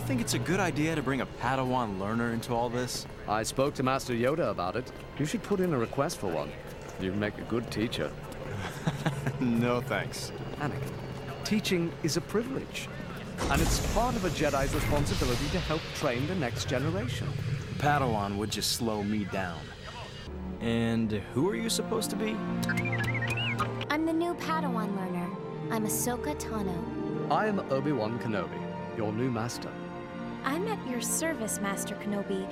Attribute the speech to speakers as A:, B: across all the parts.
A: think it's a good idea to bring a Padawan learner into all this?
B: I spoke to Master Yoda about it. You should put in a request for one. You'd make a good teacher.
A: No thanks.
B: Anakin, teaching is a privilege. And it's part of a Jedi's responsibility to help train the next generation.
A: Padawan would just slow me down. And who are you supposed to be?
C: I'm the new Padawan learner. I'm Ahsoka Tano.
B: I am Obi-Wan Kenobi, your new master.
C: I'm at your service, Master Kenobi,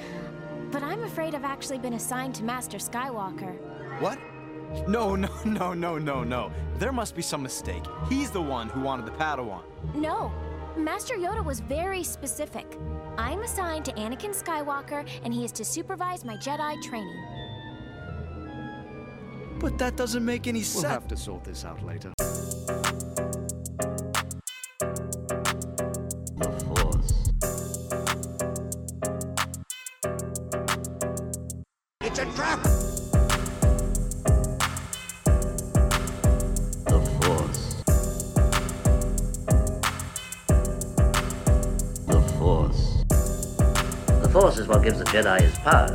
C: but I'm afraid I've actually been assigned to Master Skywalker.
A: What? No, no, no, no, no, no. There must be some mistake. He's the one who wanted the Padawan.
C: No, Master Yoda was very specific. I'm assigned to Anakin Skywalker, and he is to supervise my Jedi training.
A: But that doesn't make any
B: We'll
A: sense.
B: have to sort this out later.
D: It's a trap!
E: The Force. The Force.
F: The Force is what gives the Jedi his power.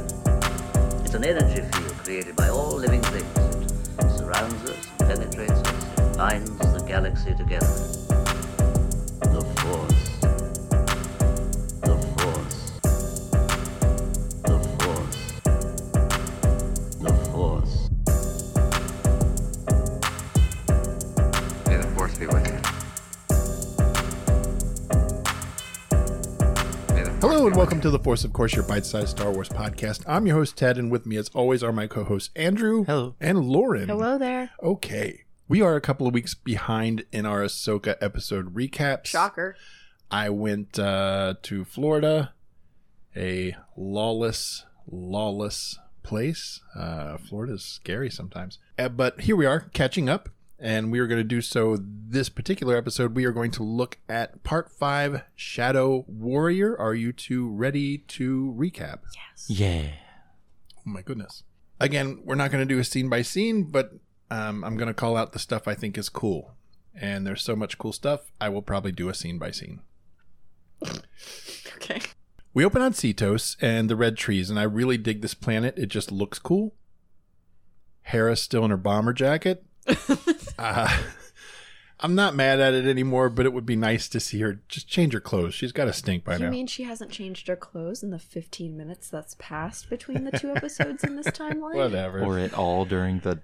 F: It's an energy field created by all living things. It surrounds us, penetrates us, and binds the galaxy together.
E: The Force. The Force. The Force. The Force.
G: May the force be with you. May the Force
H: Hello
G: be
H: and
G: with
H: welcome to The Force, of course, your bite sized Star Wars podcast. I'm your host, Ted, and with me, as always, are my co hosts, Andrew.
I: Hello.
H: And Lauren.
J: Hello there.
H: Okay. We are a couple of weeks behind in our Ahsoka episode recaps.
J: Shocker.
H: I went uh, to Florida, a lawless, lawless place. Uh, Florida's scary sometimes. Uh, but here we are catching up, and we are going to do so this particular episode. We are going to look at part five Shadow Warrior. Are you two ready to recap?
I: Yeah.
H: Oh my goodness. Again, we're not going to do a scene by scene, but um, I'm going to call out the stuff I think is cool. And there's so much cool stuff, I will probably do a scene by scene.
J: Okay.
H: We open on Cetos and the red trees, and I really dig this planet. It just looks cool. Hera's still in her bomber jacket. uh, I'm not mad at it anymore, but it would be nice to see her just change her clothes. She's got to stink by
J: you
H: now.
J: mean she hasn't changed her clothes in the 15 minutes that's passed between the two episodes in this timeline?
H: Whatever.
I: Or at all during the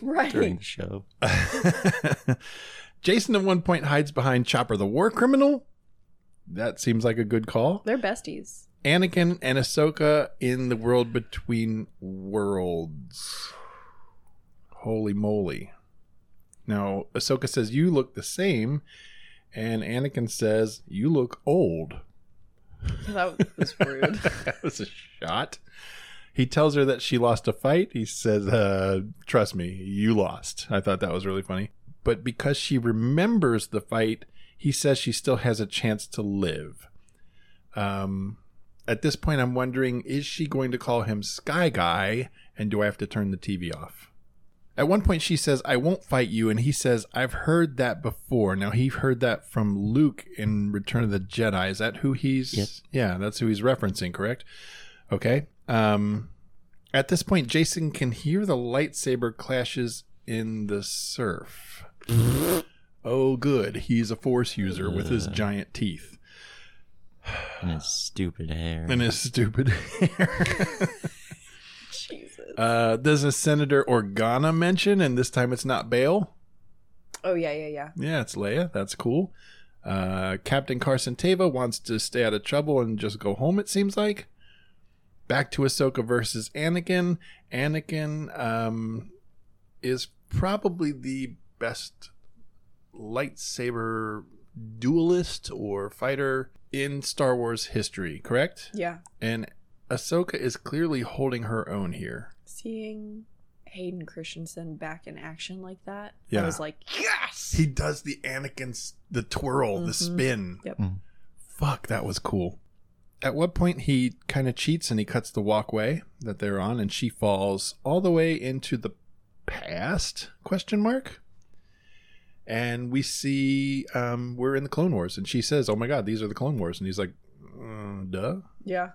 J: Right.
I: during the show.
H: Jason at one point hides behind Chopper the war criminal. That seems like a good call.
J: They're besties.
H: Anakin and Ahsoka in the world between worlds. Holy moly. Now, Ahsoka says, You look the same. And Anakin says, You look old.
J: That was rude.
H: that was a shot. He tells her that she lost a fight. He says, uh, Trust me, you lost. I thought that was really funny. But because she remembers the fight, he says she still has a chance to live. Um, at this point, I'm wondering is she going to call him Sky Guy? And do I have to turn the TV off? At one point, she says, I won't fight you. And he says, I've heard that before. Now, he heard that from Luke in Return of the Jedi. Is that who he's.
I: Yep.
H: Yeah, that's who he's referencing, correct? Okay. Um, at this point, Jason can hear the lightsaber clashes in the surf. oh, good. He's a force user with his giant teeth
I: And his stupid hair.
H: and his stupid hair.
J: Jesus.
H: Uh, does a Senator Organa mention, and this time it's not Bail?
J: Oh, yeah, yeah, yeah.
H: Yeah, it's Leia. That's cool. Uh, Captain Carson Tava wants to stay out of trouble and just go home, it seems like. Back to Ahsoka versus Anakin. Anakin um, is probably the best lightsaber duelist or fighter in Star Wars history, correct?
J: Yeah.
H: And Ahsoka is clearly holding her own here.
J: Seeing Hayden Christensen back in action like that,
H: Yeah.
J: I was like, yes!
H: He does the Anakin, s- the twirl, the
J: Mhm.
H: spin.
J: Yep.
I: Mm.
H: Fuck, that was cool. At what point he kind of cheats and he cuts the walkway that they're on, and she falls all the way into the past? Question mark. And we see um, we're in the Clone Wars, and she says, "Oh my God, these are the Clone Wars," and he's like, duh.
J: Yeah.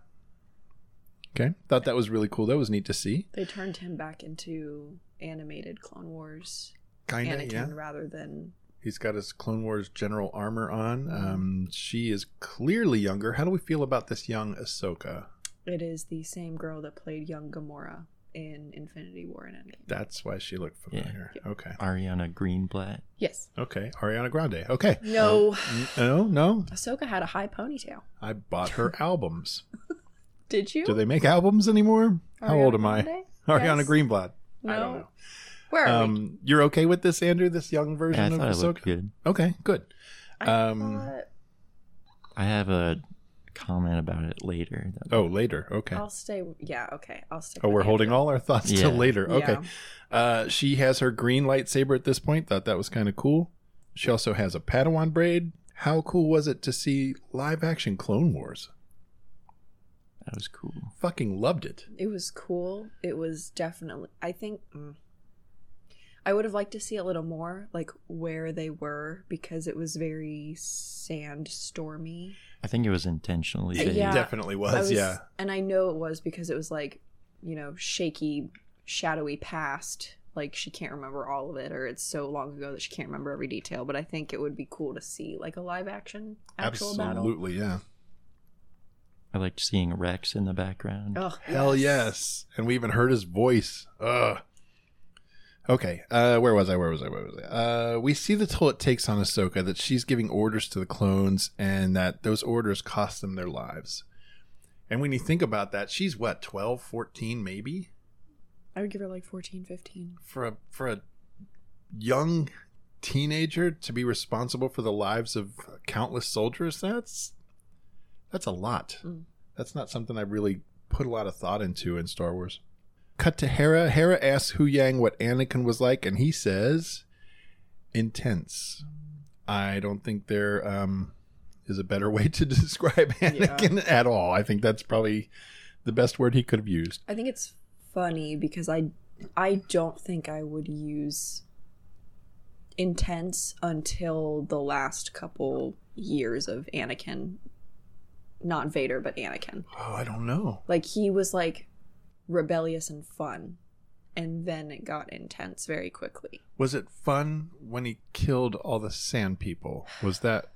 H: Okay. Thought that was really cool. That was neat to see.
J: They turned him back into animated Clone Wars
H: Kinda,
J: Anakin
H: yeah.
J: rather than
H: He's got his Clone Wars general armor on. Um, she is clearly younger. How do we feel about this young Ahsoka?
J: it is the same girl that played young Gamora in Infinity War and Endgame.
H: That's why she looked familiar. Okay.
I: Ariana Greenblatt.
J: Yes.
H: Okay. Ariana Grande. Okay.
J: No.
H: No, no.
J: Ahsoka had a high ponytail.
H: I bought her albums.
J: Did you?
H: Do they make albums anymore? How
J: Ariana
H: old am I?
J: Grande?
H: Ariana
J: Yes.
H: Greenblatt.
J: No.
H: I don't know.
J: Where are we?
H: Um, you're okay with this, Andrew? This young
I: Yeah, I
H: version
I: thought it
H: of
I: looked
H: Ahsoka?
I: good.
H: Okay, good.
J: I
H: um,
J: thought-
I: I have a comment about it later. That-
H: Oh, later. Okay.
J: I'll stay. Yeah. Okay. I'll stay.
H: Oh, we're holding all our thoughts
I: Yeah.
H: till later. Okay.
J: Yeah.
H: Uh, she has her green lightsaber at this point. Thought that was kind of cool. She also has a Padawan braid. How cool was it to see live action Clone Wars?
I: That was cool.
H: Fucking loved it.
J: It was cool. It was definitely. I think. mm. I would have liked to see a little more, like where they were, because it was very sandstormy.
I: I think it was intentionally vague.
J: Yeah.
H: Definitely was,
J: I
H: yeah.
J: And I know it was because it was like, you know, shaky, shadowy past. Like she can't remember all of it, or it's so long ago that she can't remember every detail. But I think it would be cool to see like a live action actual battle.
H: Absolutely, yeah.
I: I liked seeing Rex in the background.
J: Oh,
H: Hell yes. And we even heard his voice. Ugh. Okay. Uh, where was I? Where was I? Where was I? Uh, we see the toll it takes on Ahsoka that she's giving orders to the clones and that those orders cost them their lives. And when you think about that, she's what, 12, 14 maybe?
J: I would give her like 14, 15.
H: For a, for a young teenager to be responsible for the lives of countless soldiers, that's that's a lot.
J: Mm.
H: That's not something I really put a lot of thought into in Star Wars. Cut to Hera. Hera asks Hu Yang what Anakin was like, and he says, intense. I don't think there um, is a better way to describe Anakin at all. I think that's probably the best word he could have used.
J: I think it's funny because I I don't think I would use intense until the last couple years of Anakin. Not Vader, but Anakin.
H: Oh, I don't know.
J: Like he was like rebellious and fun. And then it got intense very quickly.
H: Was it fun when he killed all the sand people? Was that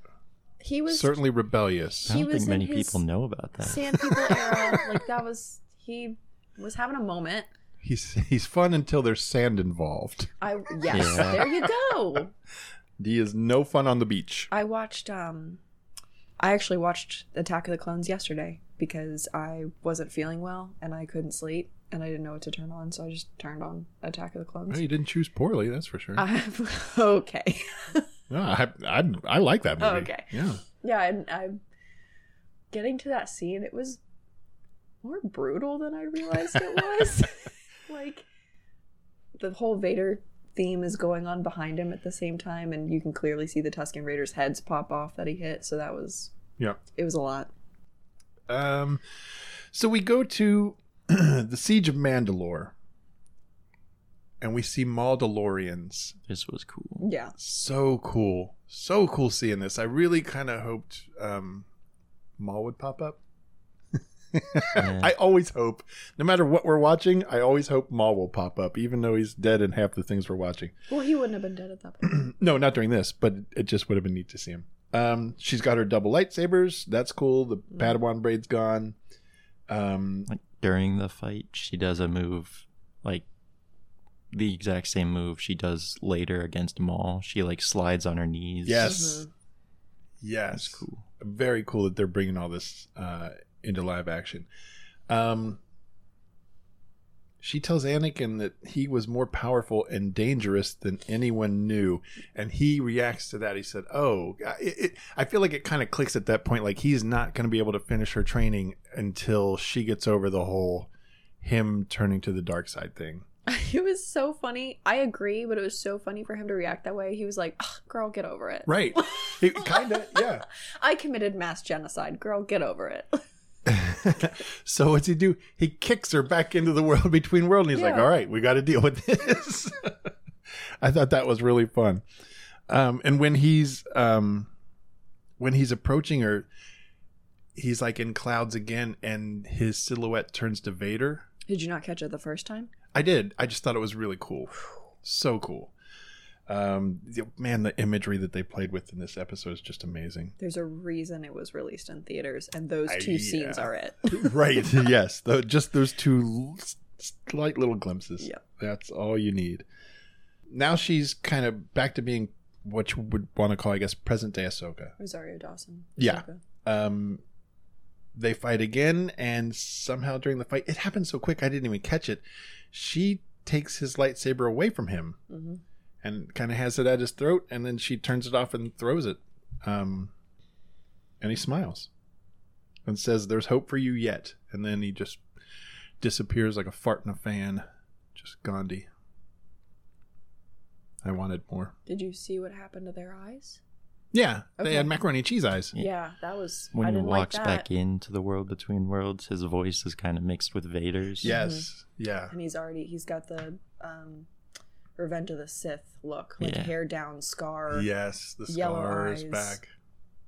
J: He was
H: certainly rebellious?
I: I
J: he
I: don't
J: was
I: think
J: in
I: many
J: his
I: people know about that.
J: Sand People era. like that was he was having a moment.
H: He's he's fun until there's sand involved.
J: I yes,
I: Yeah.
J: there you go.
H: He is no fun on the beach.
J: I watched um I actually watched Attack of the Clones yesterday because I wasn't feeling well and I couldn't sleep and I didn't know what to turn on, so I just turned on Attack of the
H: Well,
J: Clones.
H: you didn't choose poorly, that's for sure.
J: I, okay.
H: No, I, I I like that movie.
J: Oh, okay.
H: Yeah.
J: yeah, and I'm getting to that scene, it was more brutal than I realized it was. like the whole Vader theme is going on behind him at the same time and you can clearly see the Tusken Raiders heads pop off that he hit, so that was
H: Yeah.
J: it was a lot.
H: Um, so we go to the Siege of Mandalore, and we see Mandalorians.
I: This was cool.
J: Yeah.
H: So cool, so cool seeing this. I really kind of hoped um, Maul would pop up.
I: Yeah.
H: I always hope, no matter what we're watching, I always hope Maul will pop up, even though he's dead in half the things we're watching.
J: Well, he wouldn't have been dead at that point.
H: no, not during this, but it just would have been neat to see him. Um, she's got her double lightsabers. That's cool. The Padawan braid's gone. Um,
I: Like during the fight, she does a move like the exact same move she does later against Maul. She like slides on her knees.
H: yes, yes,
I: That's cool.
H: Very cool that they're bringing all this uh, into live action. Um, she tells Anakin that he was more powerful and dangerous than anyone knew, and he reacts to that. He said, "Oh, I- it, it, I feel like it kind of clicks at that point. Like he's not going to be able to finish her training until she gets over the whole him turning to the dark side thing."
J: it was so funny. I agree, but it was so funny for him to react that way. He was like, "Ugh, "Girl, get over it."
H: Right? it kind of, yeah.
J: I committed mass genocide. Girl, get over it.
H: so what's he do? He kicks her back into the world between world, and he's like,
J: Yeah.
H: "All right, we got to deal with this." I thought that was really fun. Um, and when he's um, when he's approaching her, he's like in clouds again and his silhouette turns to Vader.
J: Did you not catch it the first time?
H: I did. I just thought it was really cool. So cool. Um, the- man, the imagery that they played with in this episode is just amazing.
J: There's a reason it was released in theaters, and those
H: I-
J: two scenes
H: yeah.
J: are it.
H: right. Yes. Though just those two l- slight little glimpses.
J: Yep.
H: That's all you need. Now she's kind of back to being what you would want to call, I guess, present day Ahsoka.
J: Rosario Dawson.
H: Yeah.
J: Ahsoka.
H: Um, they fight again, and somehow during the fight, it happened so quick I didn't even catch it. She takes his lightsaber away from him
J: Mhm.
H: and kind of has it at his throat, and then she turns it off and throws it. Um, and he smiles and says, "There's hope for you yet." And then he just disappears like a fart in a fan, just Gandhi. I wanted more.
J: Did you see what happened to their eyes?
H: Yeah, they
J: Okay.
H: had macaroni and cheese eyes.
J: Yeah, that was. I
I: When he
J: didn't like
I: walks
J: that.
I: back into the world between worlds, his voice is kind of mixed with Vader's.
H: Yes, yeah.
J: and he's already he's got the um, Revenge of the Sith look, like
I: Yeah.
J: hair down, scar.
H: Yes, the
J: yellow
H: scar is
J: eyes.
H: back.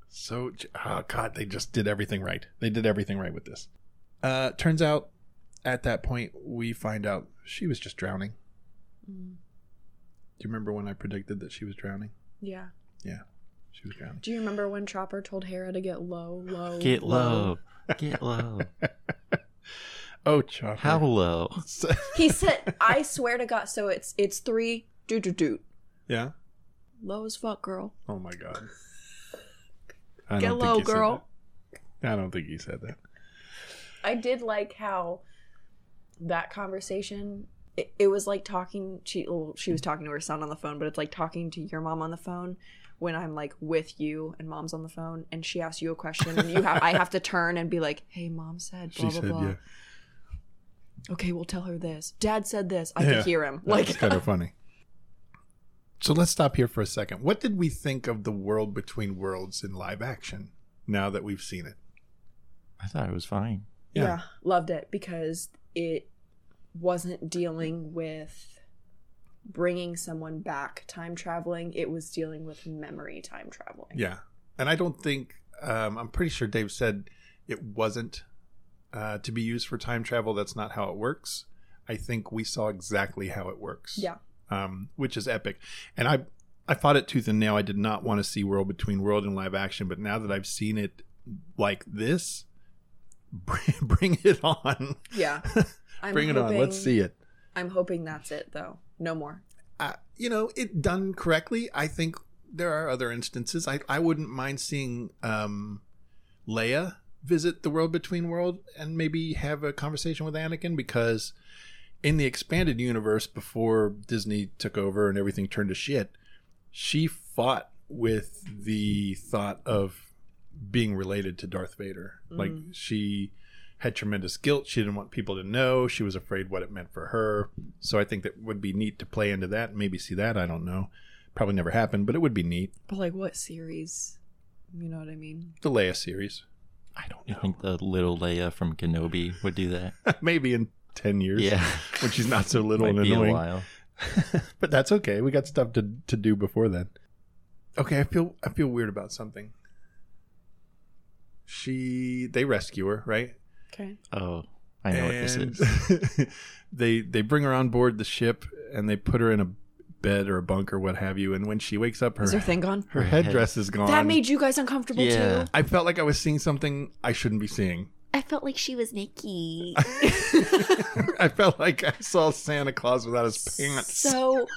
H: So, j- oh god, they just did everything right. They did everything right with this. Uh, turns out, at that point, we find out she was just drowning.
J: Mm,
H: Do you remember when I predicted that she was drowning?
J: yeah.
H: Yeah, she was drowning.
J: Do you remember when Chopper told Hera to get low, low,
I: Get low. Get low.
H: oh, Chopper.
I: How low?
J: He said, "I swear to God." So it's it's three doot doot doot.
H: yeah.
J: Low as fuck, girl.
H: Oh my god. I
J: Get
H: don't think
J: low,
H: he said
J: girl.
H: that. I don't think he said that.
J: I did like how that conversation. It, it was like talking. She well, she was talking to her son on the phone, but it's like talking to your mom on the phone when I'm like with you and mom's on the phone, and she asks you a question, and you have I have to turn and be like, "Hey, mom said
H: She
J: blah blah
H: said,
J: blah."
H: yeah.
J: Okay, we'll tell her this. Dad said this. I
H: Yeah.
J: could hear him.
H: Like
J: Like
H: kind of funny. So let's stop here for a second. What did we think of the world between worlds in live action? Now that we've seen it,
I: I thought it was fine.
J: yeah. loved it because it wasn't dealing with bringing someone back time traveling it was dealing with memory time traveling
H: yeah. And I don't think um, I'm pretty sure Dave said it wasn't uh, to be used for time travel. That's not how it works. I think we saw exactly how it works.
J: yeah
H: um, which is epic. And I I fought it tooth and nail. I did not want to see World Between World in live action, but now that I've seen it like this, bring, bring it on.
J: Yeah. I'm
H: bring it on. Let's
J: hoping-
H: see it.
J: I'm hoping that's it though. No more.
H: Uh, you know, it done correctly. I think there are other instances. I, I wouldn't mind seeing um, Leia visit the World Between World and maybe have a conversation with Anakin because in the expanded universe before Disney took over and everything turned to shit, she fought with the thought of being related to Darth Vader. Like she had tremendous guilt. She didn't want people to know. She was afraid what it meant for her. So I think that would be neat to play into that and maybe see that. I don't know. Probably never happened, but it would be neat.
J: But like what series? You know what I mean?
H: The Leia series. I don't
I: I
H: know.
I: think the little Leia from Kenobi would do that.
H: maybe in 10 years.
I: Yeah.
H: When she's not so little
I: Might
H: and
I: be a
H: annoying.
I: while.
H: but that's okay. We got stuff to, to do before then. Okay, I feel I feel weird about something. She they rescue her, right?
J: Okay.
I: Oh, I know what this
H: And
I: is.
H: they they bring her on board the ship and they put her in a bed or a bunk or what have you. And when she wakes up, her
J: Is her thing gone?
H: her headdress is gone.
J: That made you guys uncomfortable
I: Yeah.
J: too.
H: I felt like I was seeing something I shouldn't be seeing.
C: I felt like she was Nikki.
H: I felt like I saw Santa Claus without his pants.
J: So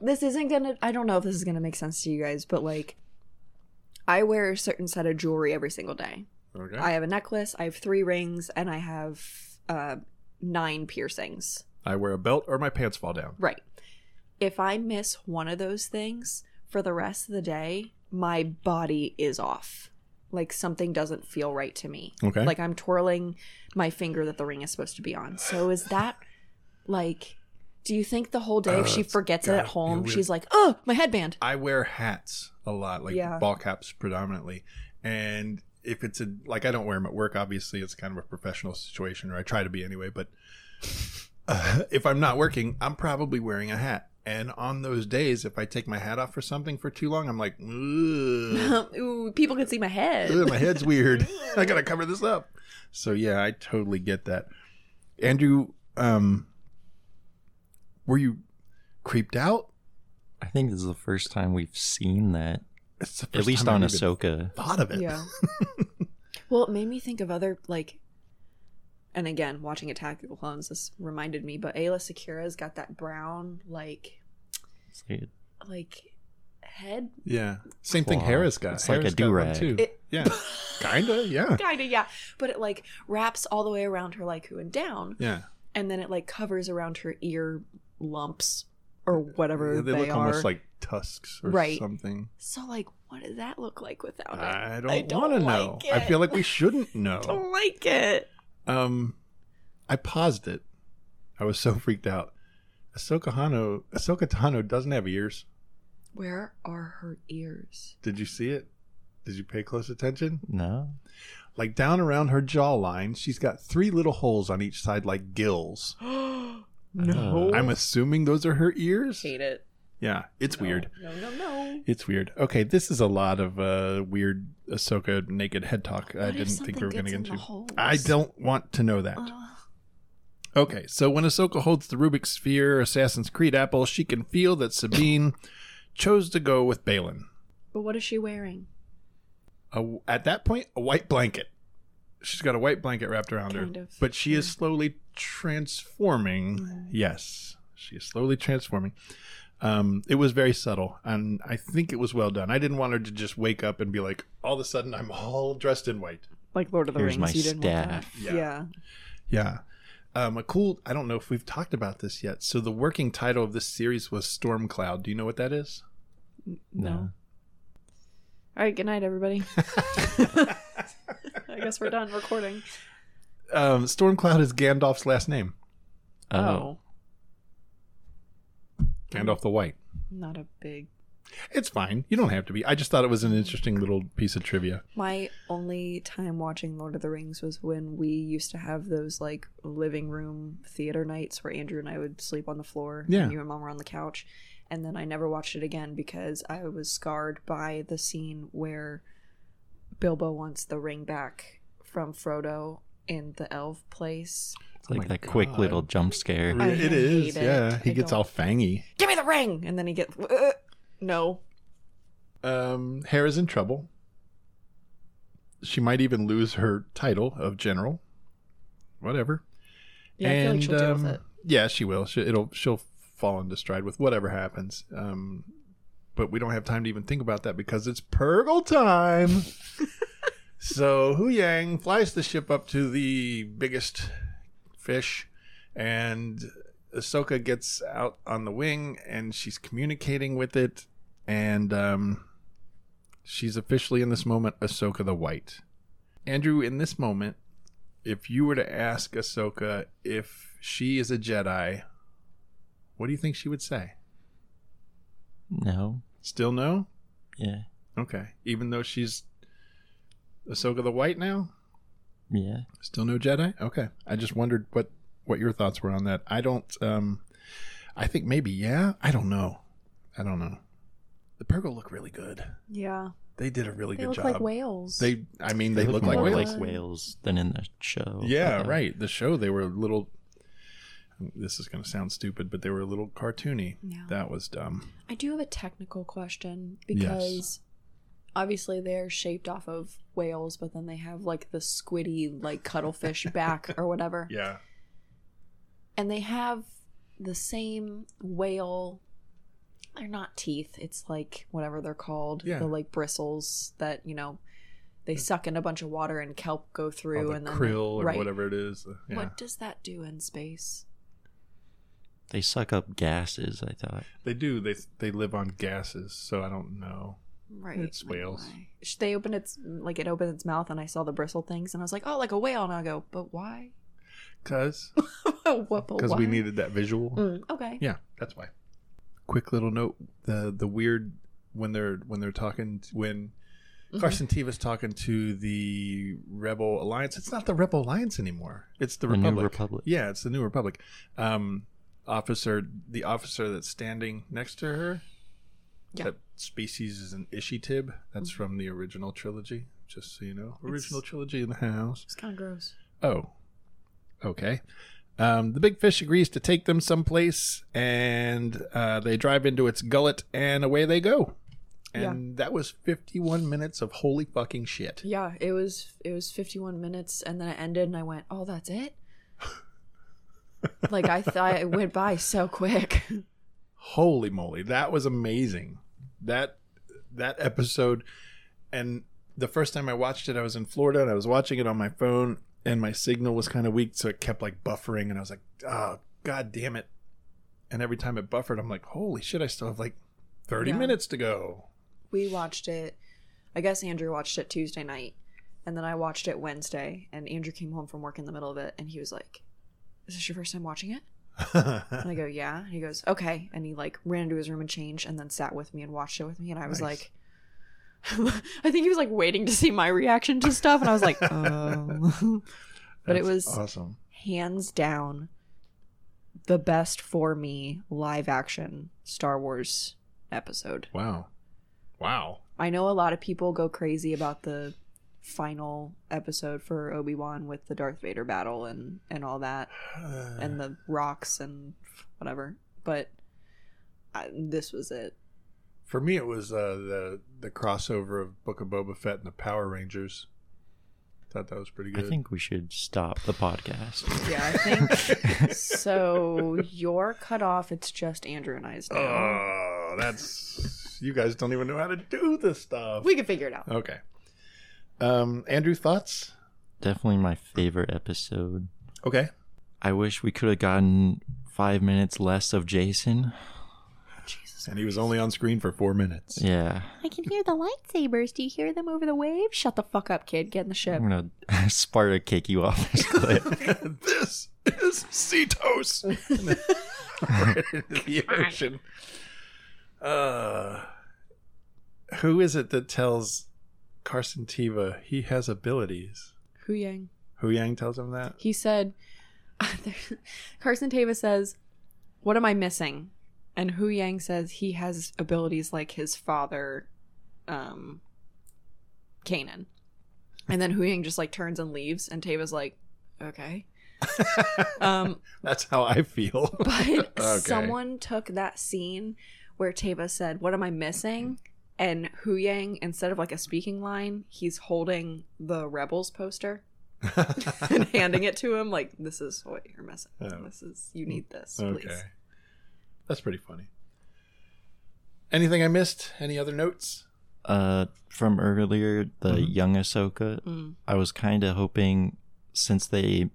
J: this isn't gonna I don't know if this is gonna make sense to you guys, but like I wear a certain set of jewelry every single day.
H: okay.
J: I have a necklace, I have three rings, and I have uh nine piercings.
H: I wear a belt or my pants fall down.
J: Right. If I miss one of those things for the rest of the day, my body is off. Like something doesn't feel right to me.
H: Okay.
J: Like I'm twirling my finger that the ring is supposed to be on. So is that like do you think the whole day if
H: Uh,
J: she
H: it's
J: forgets it
H: gotta
J: at
H: be
J: home,
H: weird.
J: she's like, "Oh, my headband."
H: I wear hats a lot, like
J: Yeah.
H: ball caps predominantly. And if it's a like, I don't wear them at work. Obviously, it's kind of a professional situation, or I try to be anyway. But uh, if I'm not working, I'm probably wearing a hat. And on those days, if I take my hat off for something for too long, I'm like, "Ugh."
J: Ooh, people can see my head.
H: Ugh, my head's weird. I gotta cover this up. So yeah, I totally get that. Andrew, um, were you creeped out?
I: I think this is the first time we've seen that.
H: It's the
I: At
H: first
I: least
H: time
I: on
H: I've even
I: Ahsoka.
H: Thought of it.
J: Yeah. well, it made me think of other like, and again, watching Attack of the Clones, this reminded me. But Ayla Secura's got that brown like
I: It's like-
J: like head.
H: Yeah. Same thing
I: Claw.
H: Harris got.
I: It's like a
H: Harris got one
I: do-rag.
H: too.
J: It-
H: yeah. Kinda, yeah.
J: Kinda, yeah. But it like wraps all the way around her Lyku and down,
H: Yeah.
J: and then it like covers around her ear lumps or whatever
H: Yeah,
J: they,
H: they, look
J: are.
H: almost like tusks or
J: Right.
H: something.
J: so, like, what does that look like without it?
H: I don't,
J: don't
H: want to know.
J: like
H: I feel
J: it.
H: like we shouldn't know.
J: don't like it.
H: Um, I paused it. I was so freaked out. Ahsoka Hano, Ahsoka Tano doesn't have ears.
J: Where are her ears?
H: Did you see it? Did you pay close attention?
I: No.
H: Like down around her jawline, she's got three little holes on each side, like gills.
J: No.
I: Oh.
H: I'm assuming those are her ears.
J: hate it.
H: Yeah, it's weird.
J: No, no, no.
H: It's weird. Okay, this is a lot of uh, weird Ahsoka naked head talk. I
J: What if
H: didn't think we were going to
J: something gets
H: get
J: in the
H: into.
J: holes? Uh.
H: I don't want to know that.
J: Ugh.
H: Okay, so when Ahsoka holds the Rubik's Sphere Assassin's Creed apple, she can feel that Sabine chose to go with Balin.
J: but what is she wearing?
H: A, at that point, a white blanket. She's got a white blanket wrapped around
J: Kind
H: her.
J: of, Hmm.
H: But she is slowly transforming. Yes, she is slowly transforming. Um, it was very subtle, and I think it was well done. I didn't want her to just wake up and be like, all of a sudden, I'm all dressed in white.
J: Like Lord of the
I: Here's
J: Rings.
I: my
J: you didn't want
I: staff.
J: that. Yeah.
H: Yeah. Um, a cool, I don't know if we've talked about this yet. So, the working title of this series was Storm Cloud. Do you know what that is?
I: No.
J: All right. Good night, everybody. I guess we're done recording.
H: Um, Stormcloud is Gandalf's last name.
I: Oh.
H: Gandalf the White.
J: not a big.
H: It's fine. You don't have to be. I just thought it was an interesting little piece of trivia.
J: My only time watching Lord of the Rings was when we used to have those like living room theater nights where Andrew and I would sleep on the floor.
H: Yeah.
J: And you and mom were on the couch. And then I never watched it again because I was scarred by the scene where Bilbo wants the ring back from Frodo in the elf place.
I: It's like
H: my
I: that quick
H: God.
I: little jump scare.
J: I
H: it
J: hate
H: is.
J: it.
H: Yeah. He
J: I
H: gets
J: don't-
H: all fangy.
J: Give me the ring! And then he gets. "Uh, no.
H: Um, Hera's in trouble. She might even lose her title of general. Whatever.
J: Yeah, I feel like she'll deal with it.
H: um, Yeah, she will. She, it'll she'll fall into stride with whatever happens. Um, but we don't have time to even think about that because it's Purgle time. so Hu Yang flies the ship up to the biggest fish, and Ahsoka gets out on the wing and she's communicating with it, and um, she's officially in this moment Ahsoka the White. Andrew, in this moment, if you were to ask Ahsoka if she is a Jedi, what do you think she would say?
I: No.
H: Still no?
I: Yeah.
H: Okay. Even though she's Ahsoka the White now?
I: Yeah.
H: Still no Jedi? Okay. I just wondered what what your thoughts were on that. I don't um I think maybe yeah. I don't know. I don't know. The Purgle look really good.
J: Yeah.
H: They did a really
J: They
H: good
J: look
H: job.
J: like whales.
H: They I mean they, look, like
I: more
H: whales.
I: like whales than in the show.
H: Yeah,
I: Uh,
H: right. The show they were a little. This is going to sound stupid, but they were a little cartoony.
J: Yeah.
H: That was dumb.
J: I do have a technical question
H: Yes.
J: because obviously they're shaped off of whales, but then they have like the squiddy, like cuttlefish back or whatever.
H: Yeah.
J: And they have the same whale. They're not teeth. It's like whatever they're called.
H: Yeah. Mm.
J: The like bristles that, you know, they suck in a bunch of water and kelp go through
H: Oh, the
J: and then
H: krill or
J: right.
H: whatever it is. Yeah.
J: What does that do in space?
I: They suck up gases, I thought.
H: They do. They they live on gases, so I don't know.
J: Right.
H: It's whales.
J: why? Sh- They opened its like it opened its mouth and I saw the bristle things and I was like, oh, like a whale. And I go, but why?
H: Cause
J: Because
H: because we needed that visual.
J: Mm. okay.
H: Yeah, that's why. Quick little note: the the weird when they're when they're talking when
J: Mm-hmm.
H: Carson Teva's talking to the Rebel Alliance. It's not the Rebel Alliance anymore. It's the,
I: The New
H: Republic.
I: Republic.
H: Yeah, it's the New Republic. Um, officer, the officer that's standing next to her.
J: Yeah.
H: That species is an Ishitib. That's from the original trilogy. Just so you know, original trilogy in the house.
J: It's kind of gross.
H: Oh, okay. Um, the big fish agrees to take them someplace, and uh, they drive into its gullet, and away they go. And that was 51 minutes of holy fucking shit.
J: Yeah, it was it was 51 minutes, and then it ended, and I went, "Oh, that's it." like I thought it went by so quick.
H: Holy moly, that was amazing. That that episode, and the first time I watched it, I was in Florida, and I was watching it on my phone, and my signal was kind of weak, so it kept like buffering, and I was like, "Oh, god damn it!" And every time it buffered, I'm like, "Holy shit, I still have like 30
J: Yeah.
H: minutes to go."
J: We watched it. I guess Andrew watched it Tuesday night, and then I watched it Wednesday. And Andrew came home from work in the middle of it, and he was like, "Is this your first time watching it?" And I go, "Yeah." And he goes, "Okay." And he like ran into his room and changed, and then sat with me and watched it with me. And I was
H: Nice.
J: like, I think he was like waiting to see my reaction to stuff, and I was like, "Oh." but it
H: That's
J: was
H: awesome.
J: hands down the best for me live action Star Wars episode.
H: Wow, wow.
J: I know a lot of people go crazy about the final episode for Obi Wan with the Darth Vader battle and and all that, and the rocks and whatever. But I, this was it.
H: For me, it was uh, the the crossover of Book of Boba Fett and the Power Rangers. Thought that was pretty
I: I
H: good.
I: think we should stop the podcast.
J: Yeah, I think so. You're cut off. It's just Andrew and I's now.
H: Oh, that's you guys don't even know how to do this stuff.
J: we can figure it out.
H: okay. Um, Andrew, thoughts?
I: Definitely my favorite episode.
H: Okay.
I: I wish we could have gotten five minutes less of Jason.
H: And he was only on screen for four minutes.
I: Yeah.
J: I can hear the lightsabers. Do you hear them over the waves? Shut the fuck up, kid. Get in the ship.
I: I'm going to Sparta kick you off this cliff.
H: this is Cetos. right into the ocean. Uh, who is it that tells Carson Tiva he has abilities?
J: Hu Yang.
H: Hu Yang tells him that.
J: He said, Carson Tava says, What am I missing? And Hu Yang says he has abilities like his father, um, Kanan. And then Hu Yang just like turns and leaves, and Tava's like, Okay. um,
H: That's how I feel.
J: but
H: Okay.
J: someone took that scene where Tava said, What am I missing? And Hu Yang, instead of like a speaking line, he's holding the Rebels poster and handing it to him like this is what you're missing
H: Oh.
J: this is you need this please
H: okay, that's pretty funny. Anything I missed? Any other notes?
I: uh, from earlier, the young Ahsoka,
J: Mm.
I: I was kind of hoping, since they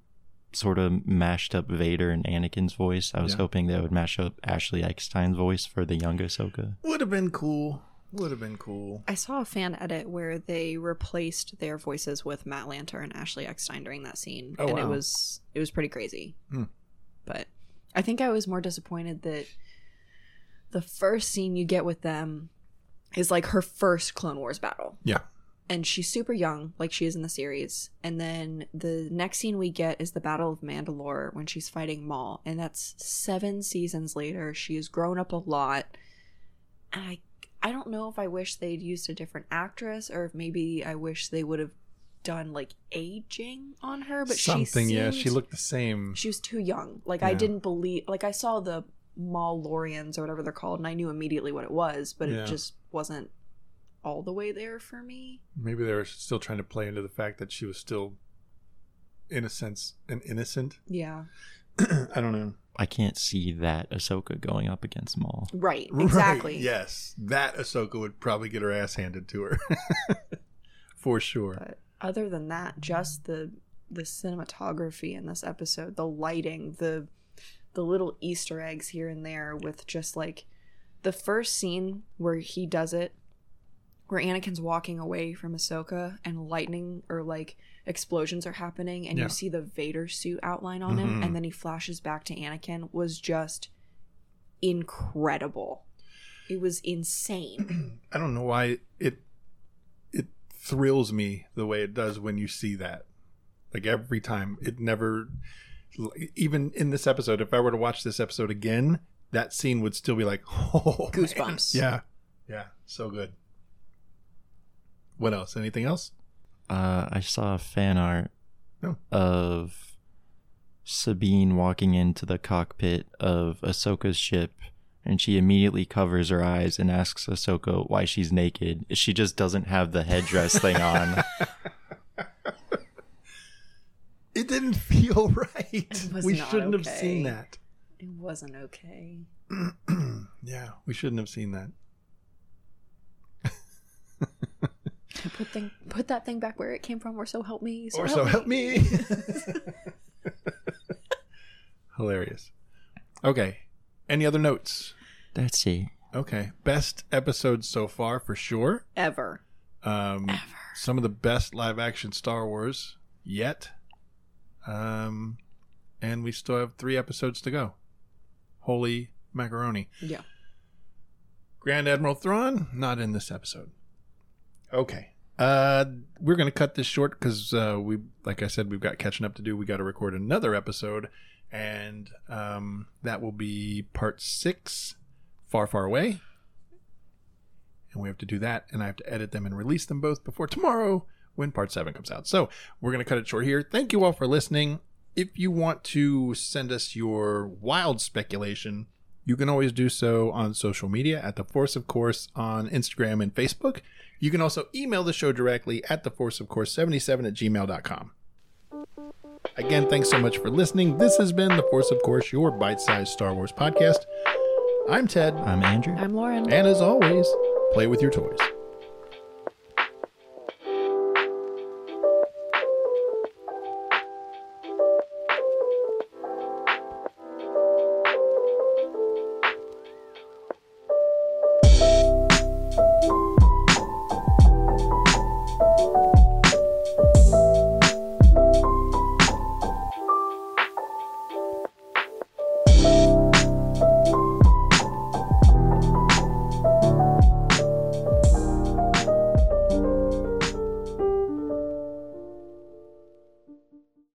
I: sort of mashed up Vader and Anakin's voice, I was
H: Yeah.
I: hoping they would mash up Ashley Eckstein's voice for the young Ahsoka.
H: Would have been cool. Would have been cool.
J: i saw a fan edit where they replaced their voices with matt lanter and ashley eckstein during that scene
H: Oh,
J: and it
H: wow.
J: was it was pretty crazy
H: Hmm.
J: but i think i was more disappointed that the first scene you get with them is like her first clone wars battle
H: Yeah.
J: and she's super young, like she is in the series. And then the next scene we get is the Battle of Mandalore when she's fighting Maul, and that's seven seasons later. She has grown up a lot, and I I don't know if I wish they'd used a different actress or if maybe I wish they would have done like aging on her. But
H: Something.
J: she
H: yeah,
J: seemed-
H: she looked the same.
J: she was too young. Like I
H: Yeah.
J: didn't believe. Like I saw the Mallorians or whatever they're called, and I knew immediately what it was, but
H: Yeah.
J: it just wasn't all the way there for me.
H: Maybe they were still trying to play into the fact that she was still, in a sense, an innocent.
J: Yeah.
H: I don't know.
I: I can't see that Ahsoka going up against Maul.
J: Right.
H: Right,
J: Exactly.
H: yes, that Ahsoka would probably get her ass handed to her, for sure.
J: But other than that, just the the cinematography in this episode, the lighting, the the little Easter eggs here and there with just like the first scene where he does it, where Anakin's walking away from Ahsoka and lightning or like explosions are happening and
H: Yeah.
J: you see the Vader suit outline on him
H: Mhm.
J: and then he flashes back to Anakin was just incredible. It was insane.
H: I don't know why it it thrills me the way it does when you see that. Like every time, it never. Even in this episode, if I were to watch this episode again, that scene would still be like, oh, man.
J: Goosebumps.
H: Yeah, yeah, so good. What else? Anything else?
I: uh, I saw a fan art
H: Oh.
I: of Sabine walking into the cockpit of Ahsoka's ship, and she immediately covers her eyes and asks Ahsoka why she's naked. She just doesn't have the headdress thing on.
H: It didn't feel right.
J: was
H: We
J: not
H: shouldn't have seen
J: okay.
H: that.
J: It wasn't okay.
H: yeah, we shouldn't have seen that.
J: Put thing, put that thing back where it came from, or so help me. So
H: or
J: help
H: so
J: me.
H: help me. Hilarious. Okay. Any other notes?
I: That's it.
H: Okay. Best episode so far for sure.
J: Ever.
H: Um, Some of the best live action Star Wars yet. Um, and we still have three episodes to go. Holy macaroni.
J: Yeah.
H: Grand Admiral Thrawn, not in this episode. Okay. Uh, we're going to cut this short because uh, we, like I said, we've got catching up to do. We got to record another episode, and um, that will be part six, Far, Far Away. And we have to do that, and I have to edit them and release them both before tomorrow when part seven comes out. So we're going to cut it short here. Thank you all for listening. If you want to send us your wild speculation, you can always do so on social media at The Force of Course on Instagram and Facebook. You can also email the show directly at The Force of Course 77 at gmail.com. Again, thanks so much for listening. This has been The Force of Course, your bite sized Star Wars podcast. I'm Ted,
I: I'm Andrew.
J: I'm Lauren.
H: and as always, play with your toys.